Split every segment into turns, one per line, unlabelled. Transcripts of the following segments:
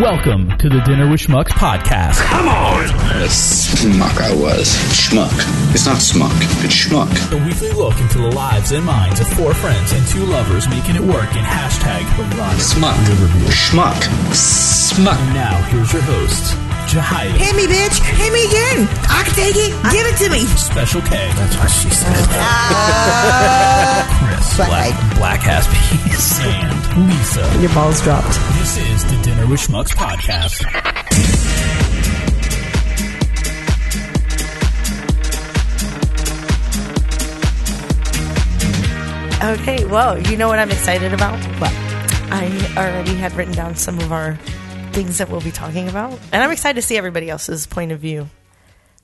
Welcome to the Dinner with Schmucks podcast.
Come on!
What a schmuck I was. Schmuck. It's not smuck, it's schmuck.
A weekly look into the lives and minds of four friends and two lovers making it work in hashtag
Smuck. Schmuck. Smuck.
And now, here's your hosts, Jahida,
Hit me, bitch. Hit me again. I can take it. Give it to me.
Special K. That's what she said.
Uh,
Ah.
Chris,
Black-
Black, Black Ass Peas, and Lisa.
Your balls dropped.
This is the Dinner with Schmucks podcast.
Okay, well, you know what I'm excited about? What? I already had written down some of our things that we'll be talking about, and I'm excited to see everybody else's point of view.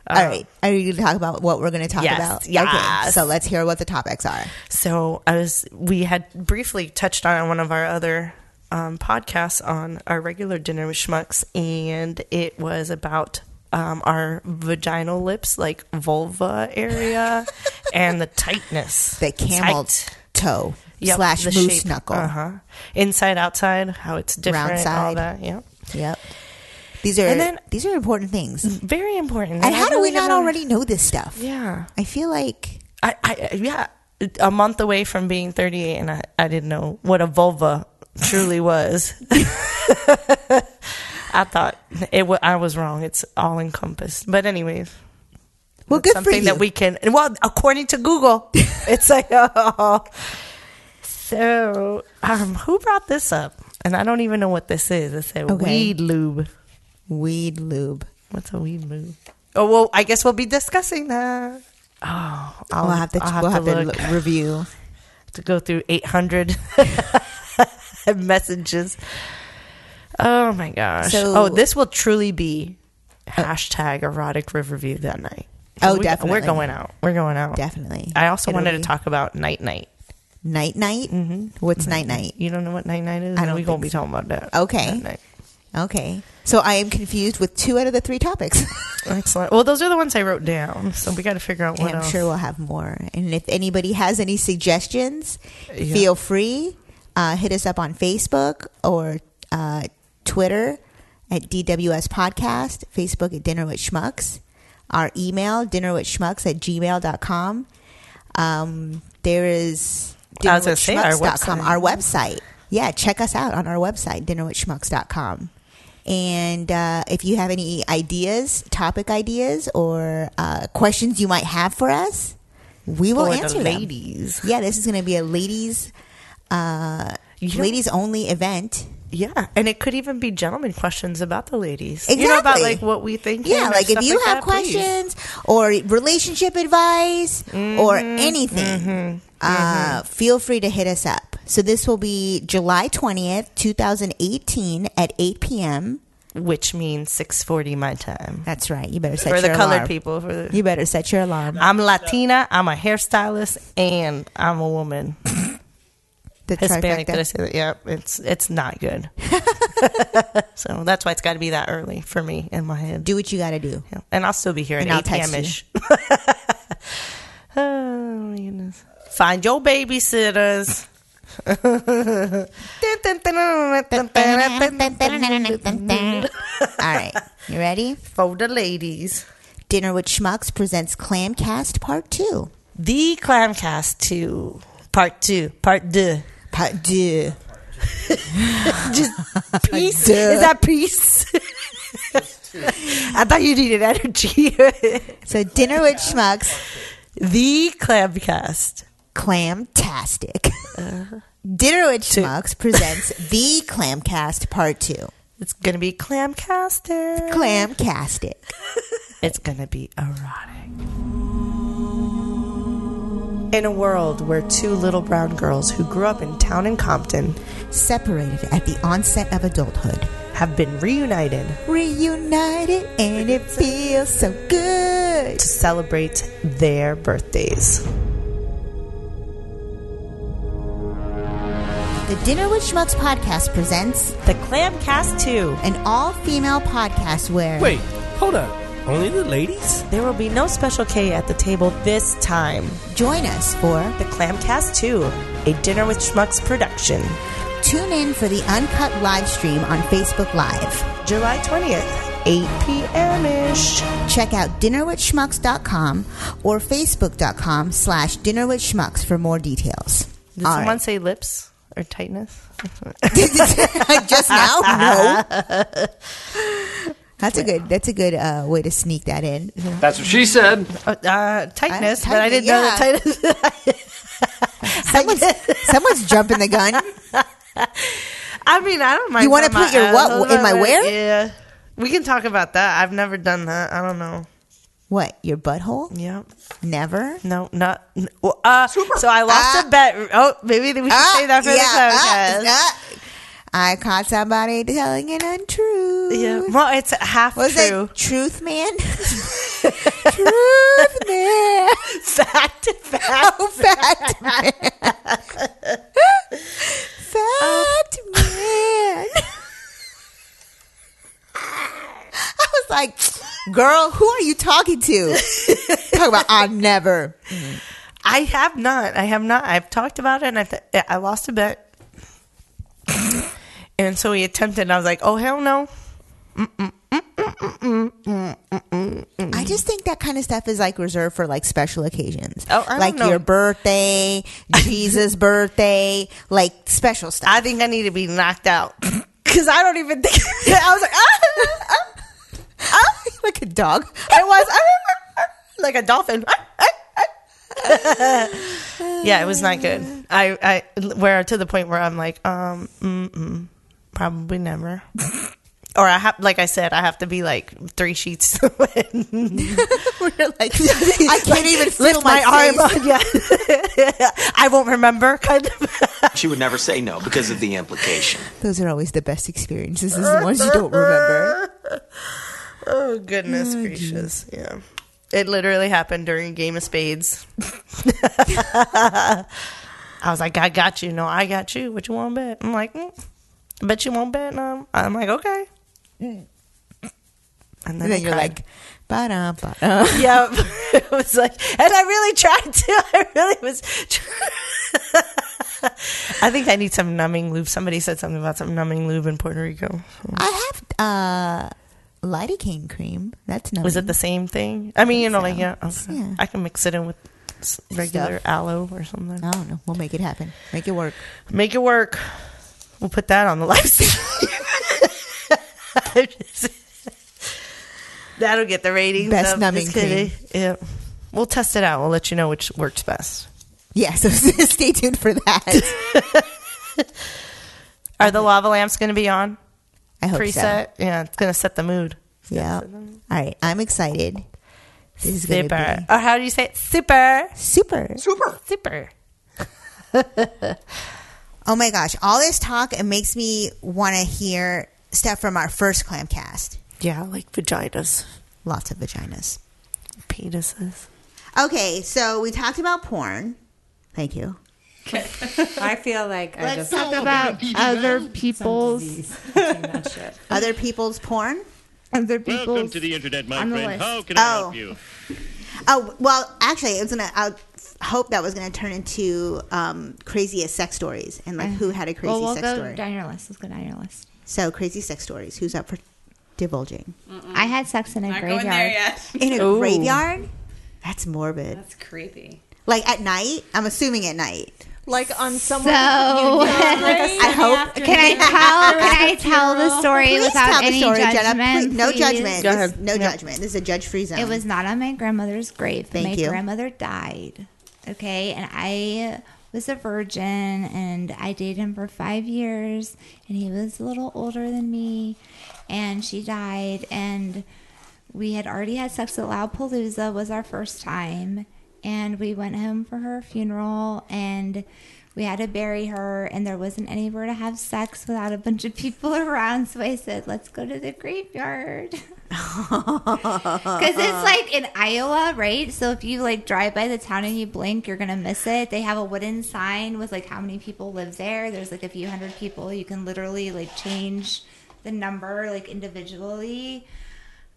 All right. Are you going to talk about what we're going to talk
Yes,
about? Okay.
yes.
So let's hear what the topics are.
So, I was we had briefly touched on one of our other um, podcasts on our regular dinner with schmucks, and it was about um, our vaginal lips, like vulva area, and the tightness,
The camel
Tight.
toe
Yep,
slash
the
moose
shape.
knuckle.
uh-huh. inside outside, how it's different, all
side.
that, yeah.
Yep. These are
And then-
these are important things. And,
very important.
how do we
really
not
haven't-
already know this stuff?
Yeah,
I feel like
I, I, yeah, a month away from being 38, and I, I didn't know what a vulva truly was. I thought it. wa I was wrong. It's all encompassed. But anyways,
well, good for
something
you.
that we can. Well, according to Google, it's like oh. So, um, who brought this up? And I don't even know what this is. It said
Okay.
weed lube.
weed lube.
What's a weed lube? Oh well, I guess we'll be discussing that. Oh,
i
I'll,
will have to
I'll
we'll have to,
look.
l- review.
to go through 800 messages. Oh my gosh.
So-
oh, this will truly be hashtag erotic review that night.
Oh,
We-
definitely.
We're going out. We're going out.
Definitely.
I also
It'll
wanted
be-
to talk Mm-hmm. about night night.
Night night. What's night night?
You don't know what night night is?
I don't
we
think
won't be
so.
talking about that.
Okay.
Night night.
Okay. So I am confused with two out of the three topics.
Excellent. Well, those are the ones I wrote down, so we got to figure out
And
what
I'm
else.
sure we'll have more. And if anybody has any suggestions,
Yeah.
feel free. Uh, hit us up on Facebook or uh, Twitter at DWS Podcast, Facebook at Dinner with Schmucks, our email, dinner with schmucks at gmail.com. Um, there is
I was gonna say our
dinnerwithschmucks.com,
website.
our website. Yeah, check us out on our website, dinnerwithschmucks.com. And uh, if you have any ideas, topic ideas, or uh, questions you might have for us, we will
For the
answer them.
ladies.
Yeah, this is going to be a ladies uh,
You know-
ladies only event.
Yeah, and it could even be gentlemen questions about the ladies. You know about
Exactly.
like what we think.
Yeah, like if you have questions or relationship advice or
Mm-hmm,
anything, uh, feel free to hit us up. So this will be July 20th, 2018 at 8 p.m.
which means 6:40 my time.
That's right. You better set
For the
your
colored
alarm.
people, for the,
You better set your alarm.
I'm Latina, I'm a hairstylist, and I'm a woman.
The
Hispanic. Did I
trifecta.
say that? Yep. It's it's not good. so that's why it's got to be that early for me in my head.
Do what you got to do.
Yeah. And I'll still be here
And I'll
at 8
text
p.m. ish. oh, my goodness. Find your babysitters.
All right. You ready?
For the ladies.
Dinner with Schmucks presents Clamcast Part 2.
The Clamcast 2, Part 2, Part 2.
Part 2.
Peace?
Duh.
Is that peace? I thought you needed energy.
So Dinner with Schmucks,
the Clamcast.
Clamtastic.
Uh-huh.
Dinner with Schmucks presents The Clamcast Part 2.
It's going to be Clamcaster.
Clamcastic.
It's gonna be erotic. In a world where two little brown girls who grew up in town in Compton
Separated at the onset of adulthood.
have been reunited
Reunited and it feels so good.
to celebrate their birthdays.
The Dinner with Schmucks podcast presents
The Clamcast 2.
an all-female podcast where
Wait, hold up. Only the ladies?
There will be no special K at the table this time.
join us for
The Clamcast 2, a Dinner with Schmucks production.
Tune in for the uncut live stream on Facebook Live.
July 20th, 8 p.m. ish.
Check out dinnerwithschmucks.com or facebook.com slash dinnerwithschmucks for more details.
Did
All
someone
right.
say lips or tightness?
just now? No. That's a good. That's a good uh, way to sneak that in.
That's what she said.
Uh, uh, tightness,
I-
but I
tight-
didn't know that
yeah.
tightness.
Someone's, someone's jumping the gun.
I mean, I don't mind.
You wanna
talking
put your
about-
what in my where?
Yeah, we can talk about that. I've never done that. I don't know.
What? Your butthole?
Yeah,
Never.
no, not. n- well, Uh, so I lost
Ah.
a bet. Oh, maybe we should
Ah,
say that for
yeah,
the podcast.
ah, ah. I caught somebody telling an untruth.
Yeah. Well, it's half
Was
true.
it truth man? truth man.
Fact, fact.
Oh, fat man.
Oh.
fat man. I was like, girl, who are you talking to? Talking about I never.
I have not. I have not. I've talked about it, and I th- I lost a bet, and so we attempted. And I was like, "Oh hell no!"
I just think that kind of stuff is like reserved for like special occasions.
Oh, I don't
like
know.
your birthday, Jesus' birthday, like special stuff.
I think I need to be knocked out because I don't even think. I was like, ah, ah,
ah." like a dog.
I was ah, ah, ah, like a dolphin. Ah, ah, ah. yeah, it was not good. I I where to the point where I'm like, um, mm-mm, probably never. Or I have, like I said, I have to be like three sheets to win.
like, I can't even feel
lift
my,
my,
face.
arm. Yeah, I won't remember. Kind of.
She would never say no because of the implication.
Those are always the best experiences. Is the ones you don't remember.
Oh goodness gracious! Yeah, it literally happened during Game of Spades. I was like, I got you. No, I got you. What you want to bet? I'm like, mm, bet you won't bet. No, I'm like, okay. And
And
I
then you're
cried.
like, ba
Uh-huh.
ba.
yeah. it was like, and I really tried to. I really was. try- I think I need some numbing lube. Somebody said something about some numbing lube in Puerto Rico.
I have uh, lidocaine cream. That's not
Was it the same thing? I mean, you know, like
so.
yeah, okay.
Yeah.
I can mix it in with s- regular
Stuff.
aloe or something.
I don't know. We'll make it happen. Make it work.
Make it work. We'll put that on the livestream. That'll get the ratings.
Best
up.
numbing
Just kidding. Yeah. We'll test it out. We'll let you know which works best.
Yeah. So stay tuned for that.
Are the lava lamps going to be on
I hope so.
preset? Oh, Yeah, it's going to set the mood.
Yeah. All right. I'm excited. This is going to
Super.
be
Or how do you say it? Super.
super.
Super.
Oh my gosh! All this talk it makes me want to hear stuff from our first clamcast.
Yeah, like vaginas,
Lots of vaginas.
penises.
Okay, so we talked about porn. Thank you.
I feel like I just
Let's talk about other people's
that shit.
Other people's porn.
other
Welcome
people's.
to the internet, my
on the
friend.
list.
How can I
Oh.
help you?
Oh well, actually, it was gonna. I hope that was gonna turn into um, craziest sex stories and like who had a crazy
Oh, well, we'll
sex
go
story.
down your list. Let's go down your list.
so crazy sex stories. Who's up for divulging
I had sex in a
Mm. Not going
graveyard.
there yet.
in a graveyard? That's morbid.
That's creepy.
Like at night. I'm assuming at night.
like on someone.
So
I hope.
can I tell? Can I tell the story
Please
without
tell the
any
story,
judgment?
Jenna. Please- no
please?
judgment.
Go
This-
ahead.
no judgment. This is a judge-free zone.
It was not on my grandmother's grave. but
Thank
my
you.
grandmother died. Okay, and I was a virgin, and I dated him for five years, and he was a little older than me, and she died, and we had already had sex at Loudpalooza was our first time, and we went home for her funeral, and we had to bury her, and there wasn't anywhere to have sex without a bunch of people around, so I said, "Let's go to the graveyard." Because it's like in Iowa, right? So if you like drive by the town and you blink, you're gonna miss it. They have a wooden sign with like how many people live there. There's like a few hundred people. You can literally like change the number like individually.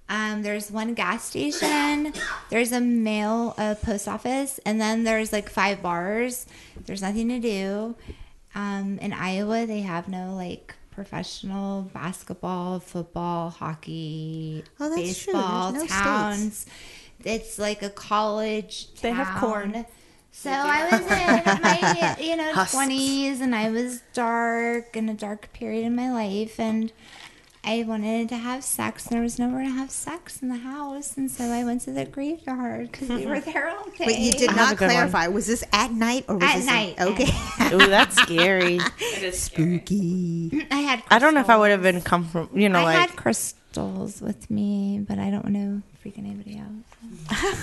Um, there's one gas station. There's a mail, a post office, and then there's like five bars. There's nothing to do, Um, in Iowa, they have no like professional basketball, football, hockey,
Oh, that's true. There's
baseball
no
towns. It's like a college.
They have
town.
corn.
So I was in my you know
Husks.
twenties, and I was dark in a dark period in my life, and I wanted to have sex, and there was nowhere to have sex in the house, and so I went to the graveyard because we were there all day.
But you did
I have
not
a good one.
clarify. Was this at night or was
At
this
night, at
okay.
Ooh, that's scary.
It is spooky.
I had.
I don't know if I
crystals.
would have been comfortable. You know,
I
like
had crystals with me, but I don't want to freak anybody out.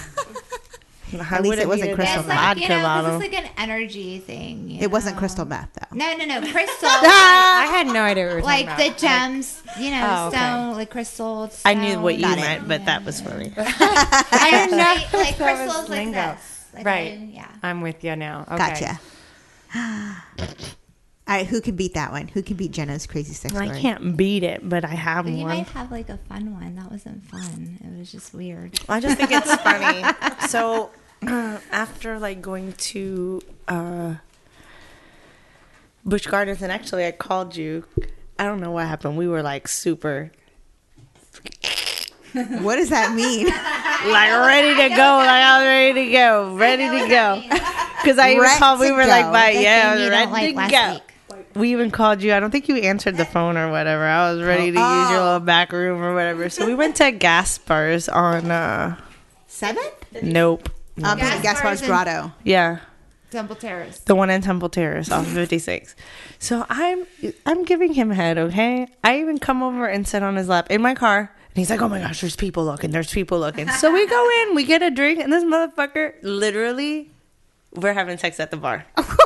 I
At least
would have
it wasn't
needed
crystal
a
It's
meth.
like
vodka
you know,
bottle.
this is like an energy thing. you
It wasn't
know?
crystal meth though.
No, no, no, crystal.
I had no idea what we were
like
talking about.
the gems, you know,
Oh, okay.
stone, like crystal.
I knew what you
stone.
meant, but that was funny.
I don't know, like
that was
crystals like
lingo.
this. Like
Right.
I- yeah.
Um,
I'm with you now. Okay.
Gotcha. All right, who can beat that one? Who can beat Jenna's crazy sex story?
I can't beat it, but I have
But you
one.
might have like a fun one. That wasn't fun. It was just weird.
I just think it's funny. So uh, after like going to uh, Bush Gardens, and actually I called you. I don't know what happened. We were like super,
What does that mean?
like ready to go. Like I was ready to go, ready to go. Because I even
Ready
called. We
to
were like,
go.
"Bye,
That
yeah, I
thing
was
you don't
ready
like
to
last
go." We even called you. I don't think you answered the phone or whatever. I was ready to use your little back room or whatever. So we went to Gaspar's on. uh
Seventh?
Nope.
Um, Gaspar's,
Gaspar's and-
Grotto.
Yeah.
Temple Terrace.
the one in Temple Terrace off of 56. So I'm I'm giving him head, okay? I even come over and sit on his lap in my car. And he's like, oh my gosh, there's people looking, there's people looking. So we go in, we get a drink, and this motherfucker literally, we're having sex at the bar. and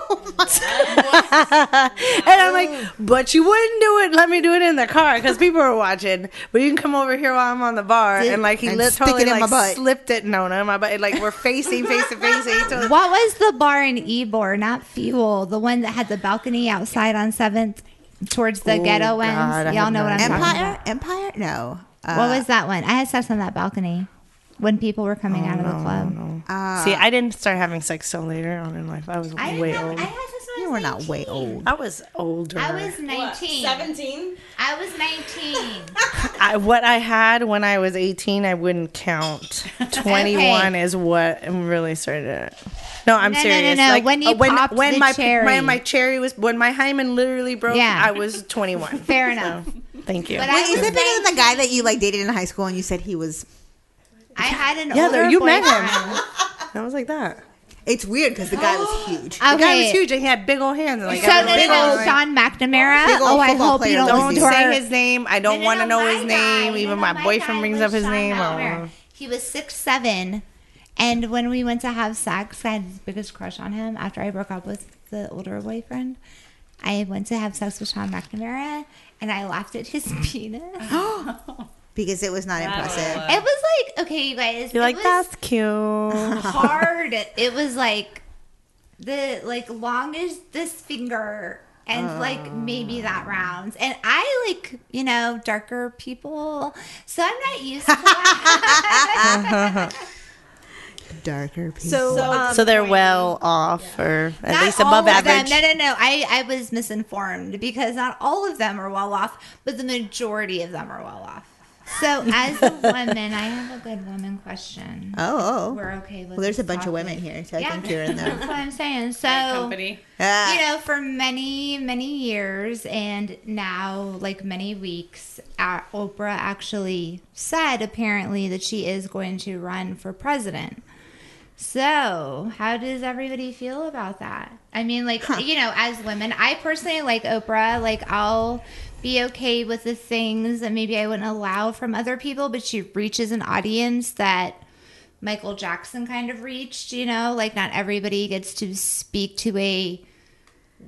I'm like, but you wouldn't do it. Let me do it in the car because people are watching. But you can come over here while I'm on the bar.
Did-
And like, he
and stick
literally
it in my
like,
butt.
slipped it. No, no, my butt. Like, we're facing, facing, facing. each other.
What was the bar in Ebor, not Fuel, the one that had the balcony outside on Seventh, towards the
Oh,
ghetto
God, I
ends? Y'all
have
know
no
what I'm
idea.
talking about.
Empire? Empire? No. Uh,
What was that one? I had sex on that balcony when people were coming out of
Oh,
the club.
See, I didn't start having sex till later on in life. I was
Uh, I didn't
way
have,
old.
I
I,
had sex when
you
I
were
was
not way
19.
old.
was older.
I was 19.
17?
I was 19.
I- what I had when I was 18, I wouldn't count. 21
Okay.
is what really started it. No, I'm
No, no, no,
serious.
no.
Like,
When you
uh, when,
popped
when
the
my,
cherry.
my my cherry was when my hymen literally broke,
Yeah.
I was 21.
Fair enough.
Thank you.
But
Wait,
I
is
was
it bigger than the guy that you like dated in high school and you said he was?
I had an
Yeah,
older
there- you met
boyfriend.
him. I was like that.
It's weird because the guy was huge.
The guy was
Okay.
huge and he had big old hands. and, Like,
So
I
no,
was
no,
big old-
no, Sean McNamara.
Big old
Oh, I
football
hope you
player
don't
was
Don't
listen to her.
say his name. I don't
No, no,
want to
no,
know
my
his
guy.
name.
No,
Even
no,
my,
guy
boyfriend brings
was
up his
Sean
name.
Palmer.
Oh.
He was six seven, and when we went to have sex, I had the biggest crush on him. After I broke up with the older boyfriend, I went to have sex with Sean McNamara, and I laughed at his penis. it
because it was not impressive.
was like, okay, you guys,
You're
it
like,
was
that's cute.
hard. it was like the like long as this finger and like maybe
Oh.
that rounds. And I like, you know, darker people. So I'm not used to that.
Darker people.
so
Um,
they're well off, or at
Not
least above
all of them.
average.
No, no, no. I, I was misinformed because not all of them are well off, but the majority of them are well off. So as a woman, I have a good woman question.
oh, oh.
We're okay with
well, there's a
this
bunch of
topic.
women here, so I
Yeah.
think you're in there.
That's what I'm saying. So
company.
Ah.
you know, for many, many years, and now, like many weeks, uh, Oprah actually said apparently that she is going to run for president. So, how does everybody feel about that? I mean, like, you know, as women, I personally like Oprah. Like, I'll be okay with the things that maybe I wouldn't allow from other people, but she reaches an audience that Michael Jackson kind of reached, you know, like not everybody gets to speak to a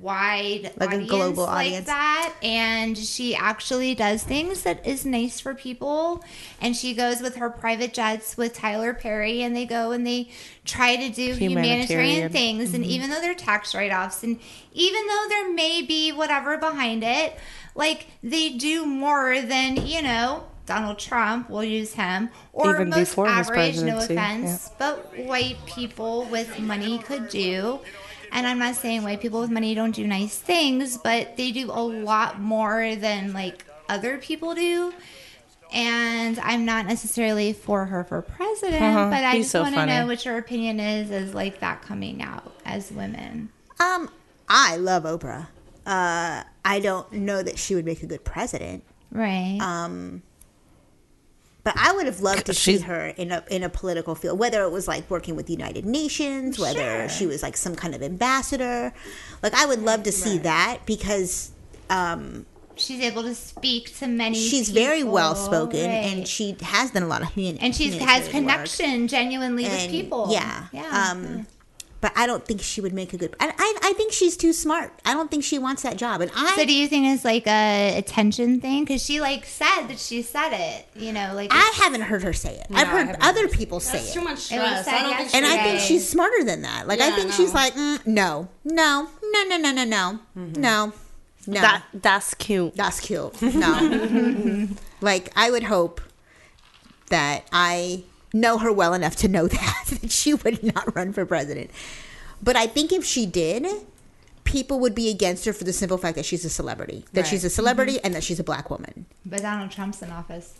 wide
Like a
audience
global
like
audience.
that and she actually does things that is nice for people and she goes with her private jets with Tyler Perry and they go and they try to do humanitarian,
Humanitarian.
things
Mm-hmm.
and even though they're tax write-offs and even though there may be whatever behind it like they do more than you know Donald Trump will use him or
Even
most
before his
average no
presidency, yeah.
offense but white people with money could do. And I'm not saying white people with money don't do nice things, but they do a lot more than like other people do. And I'm not necessarily for her for president,
Uh-huh.
but I
He's
just
so
want to
funny.
know what your opinion is as like that coming out as women.
Um, I love Oprah. Uh, I don't know that she would make a good president,
Right.
Um, but I would have loved to see
She's-
her in a in a political field, whether it was like working with the United Nations, whether
Sure.
she was like some kind of ambassador. Like I would love to see that because um,
she's able to speak to many.
she's very
people,
well spoken and
right.
she has done a lot of human
and she has
humanitarian work.
connection genuinely with
And-
people.
Yeah,
Yeah.
Um, but I don't think she would make a good. I, I I think she's too smart. I don't think she wants that job. And I
So do you think it's like a attention thing? Because she like said that she said it. You know, like
I haven't heard her say it. I've heard other people say
It's
it.
too much
It was
stress.
said
I don't think she
And I
yesterday.
think she's smarter than that. Like I
Yeah,
think
no.
she's like, mm, no, no, no, no, no, no, no, no, no.
That that's cute.
That's cute. No. like I would hope that I know her well enough to know that that she would not run for president. But I think if she did, people would be against her for the simple fact that she's a celebrity, that she's a celebrity, and that she's a black woman.
but Donald Trump's in office.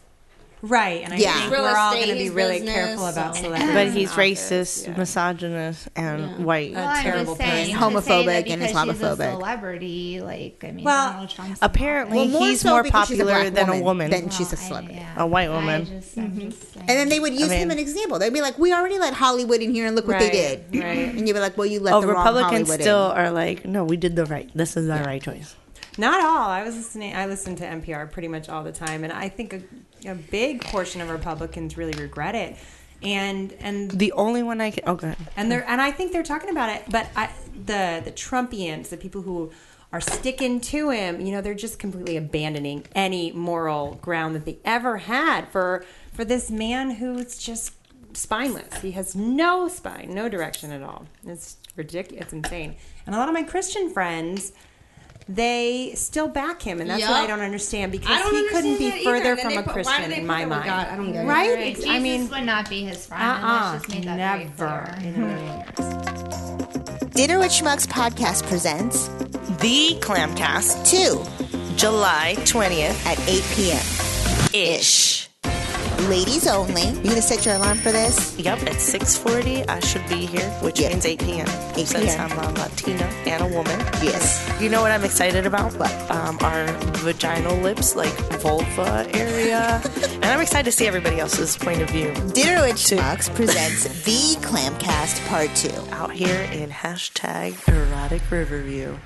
Right, and I
Yeah.
think
Real
we're all
estate
going to be
is
really
business,
careful about
so-
celebrities.
But he's racist, misogynist, and white.
Uh,
Well, I'm
terrible
just saying,
person.
to say that
Homophobic and
because she's a
Islamophobic.
celebrity, like I mean,
Well,
Donald Trump's in
Apparently,
office.
more
he's
so
more
because she's a
popular
black
than a
woman
woman.
than she's a
I-
celebrity. Mm-hmm.
yeah.
A white
I
woman.
just- I'm just saying.
And then they would use him
mean-
an example. They'd be like, "We already let Hollywood in here, and look what they
Right,
did."
right.
And you'd be like, "Well, you let
Oh,
the wrong
Republicans
Hollywood
still
in."
are like, no, we did the right. This is our right choice.
Not all. I was listening. I listen to NPR pretty much all the time, and I think a, a big portion of Republicans really regret it. And and
The only one I can. Oh, good.
and they're and I think they're talking about it, but I, the the Trumpians, the people who are sticking to him, you know, they're just completely abandoning any moral ground that they ever had for for this man who's just spineless. He has no spine, no direction at all. It's ridiculous. It's insane. And a lot of my Christian friends. They still back him, and that's what I
Yup.
don't understand because
I don't
he couldn't
understand
be
that either,
further
and then
from
they
a
put- why do
Christian
they
in
put
my
them with
mind.
God? I don't get it.
Right?
Right.
Ex-
Jesus
I mean,
would not be his friend. and
uh-uh,
let's just make that very
never.
clear.
Mm-hmm. Dinner with Schmucks podcast presents
The Clamcast,
two
July twentieth
at eight p.m.
ish.
ladies only. You're gonna set your alarm for this.
Yep, at six forty, I should be here, which
Yeah.
means eight p.m.
8
Since
p.m..
I'm a Latina and a woman.
Yes.
You know what I'm excited about?
What?
Um, our vaginal lips, like vulva area, and I'm excited to see everybody else's point of view
Dinner with Schmucks presents the Clamcast Part Two.
out here in hashtag erotic Riverview.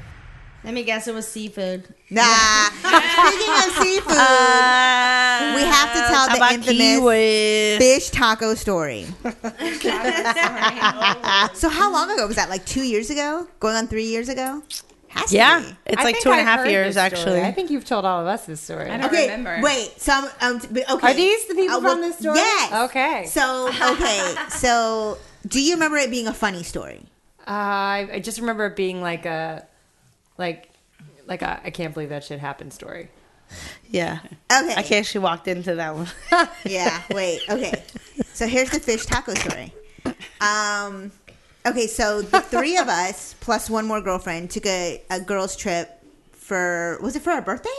Let me guess, it was seafood.
Nah. Speaking of seafood, we have to tell the infamous fish taco story. so how long ago was that? Like two years ago? Going on three years ago? Has to
Yeah,
be.
it's
I
like
think
two and a
I've
half
heard
years
this
actually.
story. I think you've told all of us this story.
don't
Okay,
remember.
wait. So I'm, um, t- okay. Uh,
Are these the people from this story?
Yes.
Okay.
So okay. So do you remember it being a funny story?
Uh, I, I just remember it being like a, like, like a I can't believe that shit happened story.
Yeah.
Okay.
I actually walked into that one.
Yeah, wait, okay. So here's the fish taco story. Um, okay, so the three of us plus one more girlfriend took a, a girls' trip for was it for our birthday?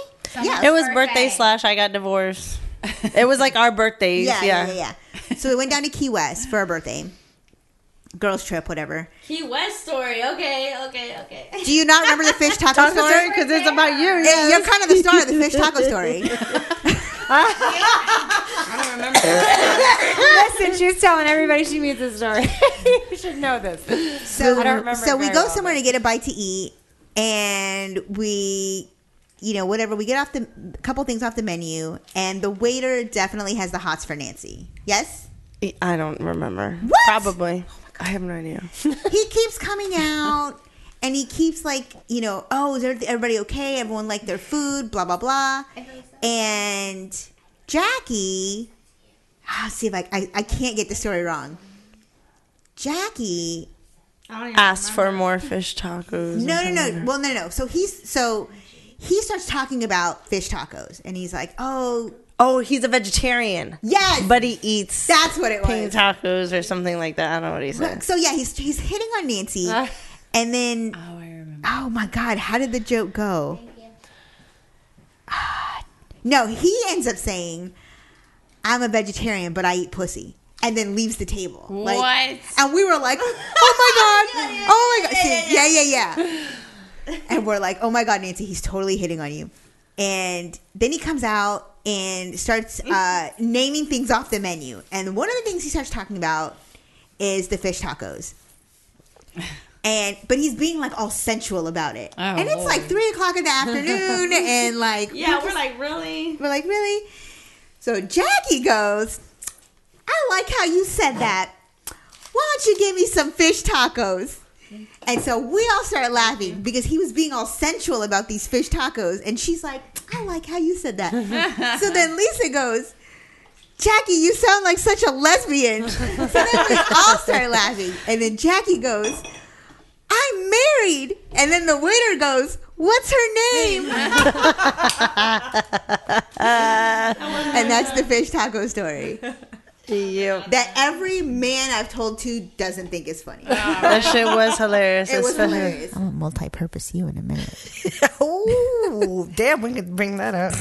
Yeah,
It was birthday.
Birthday.
slash I got divorced. It was like our birthdays.
yeah,
Yeah,
yeah, yeah, yeah. So we went down to Key West for our birthday. Girls' trip, whatever.
Key West story. Okay, okay, okay.
Do you not remember the fish taco
Taco
story?
story because it's about you.
Eh, You're kind of the star of the fish taco story.
I don't remember. that.
Listen, she's telling everybody she meets this story. you should know this.
So,
I don't remember
so
it
we
very
go
well,
somewhere to get a bite to eat, and we, you know, whatever. We get off the a couple things off the menu, and the waiter definitely has the hots for Nancy. Yes,
I don't remember.
What?
Probably. I have no idea.
he keeps coming out, and he keeps like, you know, oh, is everyth- everybody okay? Everyone liked their food, blah blah blah, and Jackie. I'll see if I, I I can't get the story wrong. Jackie
I don't even
Asked for more fish tacos. or
No, no,
something.
no. Well, no, no. So he's so he starts talking about fish tacos, and he's like, "Oh,
Oh, he's a vegetarian.
yes,
But he eats
that's what it
pink
was."
tacos or something like that. I don't know what he said.
So yeah, he's he's hitting on Nancy, And then, Uh, oh, I remember. Oh my God, how did the joke go? Ah, no, he ends up saying, "I'm a vegetarian, but I eat pussy," and then leaves the table. Like- and we were like, "Oh my God, oh my God, See, yeah, yeah, yeah." And we're like, "Oh my God, Nancy, he's totally hitting on you." And then he comes out and starts uh, naming things off the menu. And one of the things he starts talking about is the fish tacos and but he's being like all sensual about it
Oh,
and it's like
Lord.
three o'clock in the afternoon and like
Yeah, we're like, really?
we're like really so jackie goes i like how you said that why don't you give me some fish tacos and so we all started laughing because he was being all sensual about these fish tacos and she's like i like how you said that so then lisa goes Jackie, you sound like such a lesbian. So then we all start laughing. And then Jackie goes, I'm married. And then the waiter goes, What's her name? and that's the fish taco story. That every man I've told to doesn't think is funny.
That shit was hilarious.
It was
especially-
hilarious. I'm a multi-purpose you in a minute.
Ooh, damn, we could bring that up.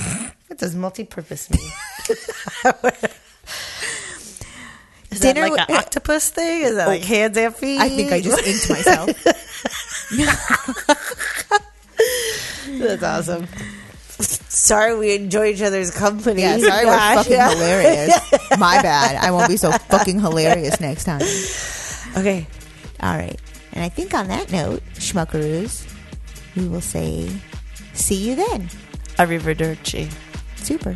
What does multi-purpose mean? Is
Dinner
that like an
wi-
octopus thing? Is that like
Oh.
hands and feet?
I think I just inked myself.
That's awesome. Sorry, we enjoy each other's company.
Yeah, sorry, we're
Gosh,
fucking
yeah.
hilarious. My bad. I won't be so fucking hilarious next time.
Okay.
All right. And I think on that note, schmuckaroos, we will say, see you then.
Arrivederci.
Super.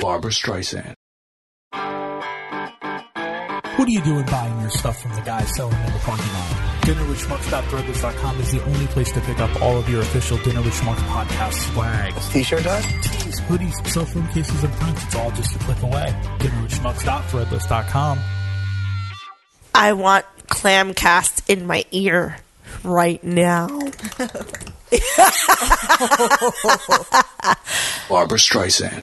Barbara Streisand.
What are you doing buying your stuff from the guys selling in the parking lot? DinnerWithSchmucks.threadless.com is the only place to pick up all of your official Dinner with Schmucks podcast swag. T-shirt does? Tees, hoodies, cell phone cases, and prints. It's all just a click away. DinnerWithSchmucks.threadless.com.
I want clam cast in my ear right now.
Barbara Streisand.